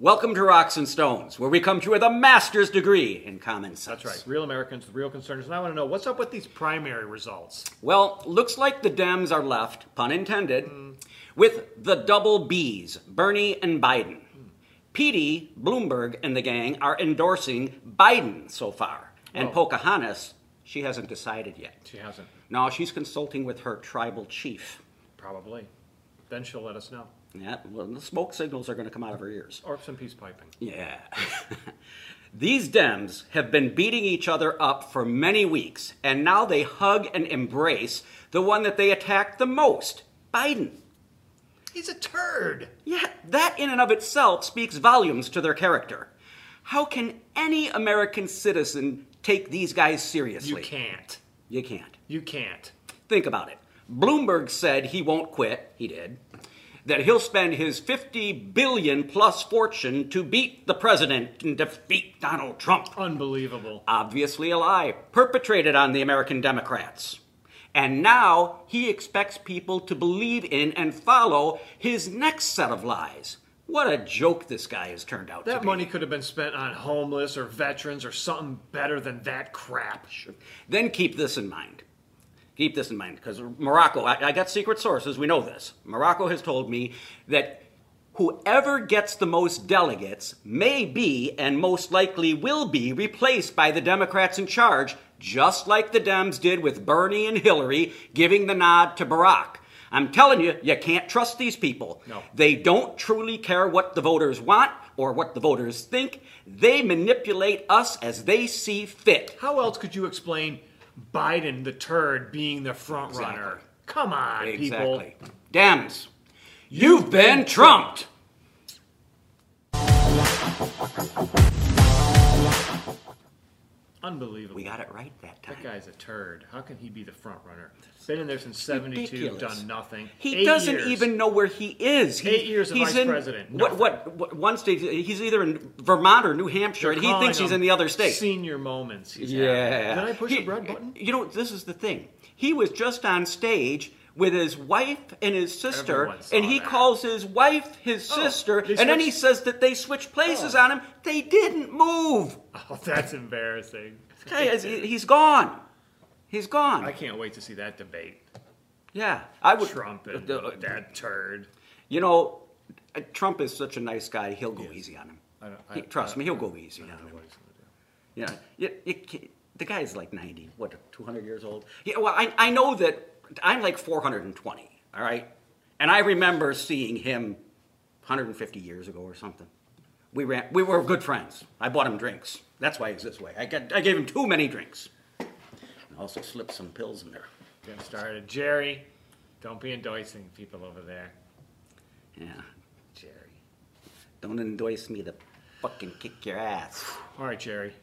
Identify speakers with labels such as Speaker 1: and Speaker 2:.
Speaker 1: Welcome to Rocks and Stones, where we come to with a master's degree in common sense.
Speaker 2: That's right. Real Americans, the real concerns. And I want to know what's up with these primary results.
Speaker 1: Well, looks like the Dems are left, pun intended, with the double Bs, Bernie and Biden. Petey, Bloomberg, and the gang are endorsing Biden so far. And
Speaker 2: Oh.
Speaker 1: Pocahontas, she hasn't decided yet.
Speaker 2: She hasn't,
Speaker 1: No, she's consulting with her tribal chief.
Speaker 2: probably. Then she'll let us know.
Speaker 1: Yeah, well, the smoke signals are going to come out of her ears.
Speaker 2: Or some peace piping.
Speaker 1: Yeah. These Dems have been beating each other up for many weeks, and now they hug and embrace the one that they attacked the most Biden.
Speaker 2: He's a turd.
Speaker 1: Yeah, that in and of itself speaks volumes to their character. How can any American citizen take these guys seriously?
Speaker 2: You can't.
Speaker 1: You can't.
Speaker 2: You can't.
Speaker 1: Think about it. Bloomberg said he won't quit. He did. That he'll spend his 50 billion plus fortune to beat the president and defeat Donald Trump.
Speaker 2: Unbelievable.
Speaker 1: Obviously, a lie perpetrated on the American Democrats. And now he expects people to believe in and follow his next set of lies. What a joke this guy has turned out to
Speaker 2: That
Speaker 1: be.
Speaker 2: money could have been spent on homeless or veterans or something better than that crap.
Speaker 1: Then keep this in mind. Keep this in mind, because Morocco, I, I got secret sources, we know this. Morocco has told me that whoever gets the most delegates may be and most likely will be replaced by the Democrats in charge, just like the Dems did with Bernie and Hillary, giving the nod to Barack. I'm telling you, you can't trust these people.
Speaker 2: No.
Speaker 1: They don't truly care what the voters want or what the voters think. They manipulate us as they see fit.
Speaker 2: How else could you explain Biden the turd being the front
Speaker 1: Exactly.
Speaker 2: runner? Come on, people.
Speaker 1: Exactly. Dems, you've been trumped.
Speaker 2: Unbelievable.
Speaker 1: We got it right that time.
Speaker 2: That guy's a turd. How can he be the front runner? Been in there since '72,
Speaker 1: Ridiculous.
Speaker 2: done nothing.
Speaker 1: He
Speaker 2: Eight
Speaker 1: doesn't
Speaker 2: years.
Speaker 1: even know where he is. He-
Speaker 2: Eight years of
Speaker 1: he's
Speaker 2: vice
Speaker 1: in,
Speaker 2: president,
Speaker 1: What, what? What? One state. He's either in Vermont or New Hampshire, and he
Speaker 2: Calling
Speaker 1: thinks he's
Speaker 2: them
Speaker 1: in the other state.
Speaker 2: Senior moments. he's
Speaker 1: Yeah.
Speaker 2: having. Did I push
Speaker 1: He-
Speaker 2: the red button?
Speaker 1: You know, this is the thing. He was just on stage with his wife and his sister,
Speaker 2: Everyone saw
Speaker 1: and he
Speaker 2: that.
Speaker 1: calls his wife his
Speaker 2: Oh,
Speaker 1: sister,
Speaker 2: they
Speaker 1: and then he
Speaker 2: switched-
Speaker 1: says that they switched places
Speaker 2: Oh.
Speaker 1: on him. They didn't move.
Speaker 2: Oh, that's embarrassing.
Speaker 1: Hey, is- he's gone. He's gone.
Speaker 2: I can't wait to see that debate.
Speaker 1: yeah, I would.
Speaker 2: Trump and
Speaker 1: Uh, uh,
Speaker 2: that turd.
Speaker 1: You know, uh, Trump is such a nice guy. He'll go easy on him.
Speaker 2: I don't- I-
Speaker 1: He- trust
Speaker 2: I-
Speaker 1: me, he'll go easy on
Speaker 2: I don't know
Speaker 1: him.
Speaker 2: what he's gonna do.
Speaker 1: Yeah, you, you can't- the guy's like ninety, what, two hundred years old. Yeah, well, I, I know that I'm like four hundred and twenty. All right, and I remember seeing him, one hundred and fifty years ago or something. We ran, we were good friends. I bought him drinks. That's why he's this way. I got, I gave him too many drinks. And also slipped some pills in there.
Speaker 2: Get started, Jerry. Don't be endorsing people over there,
Speaker 1: Yeah.
Speaker 2: Jerry.
Speaker 1: Don't endorse me to fucking kick your ass.
Speaker 2: All right, Jerry.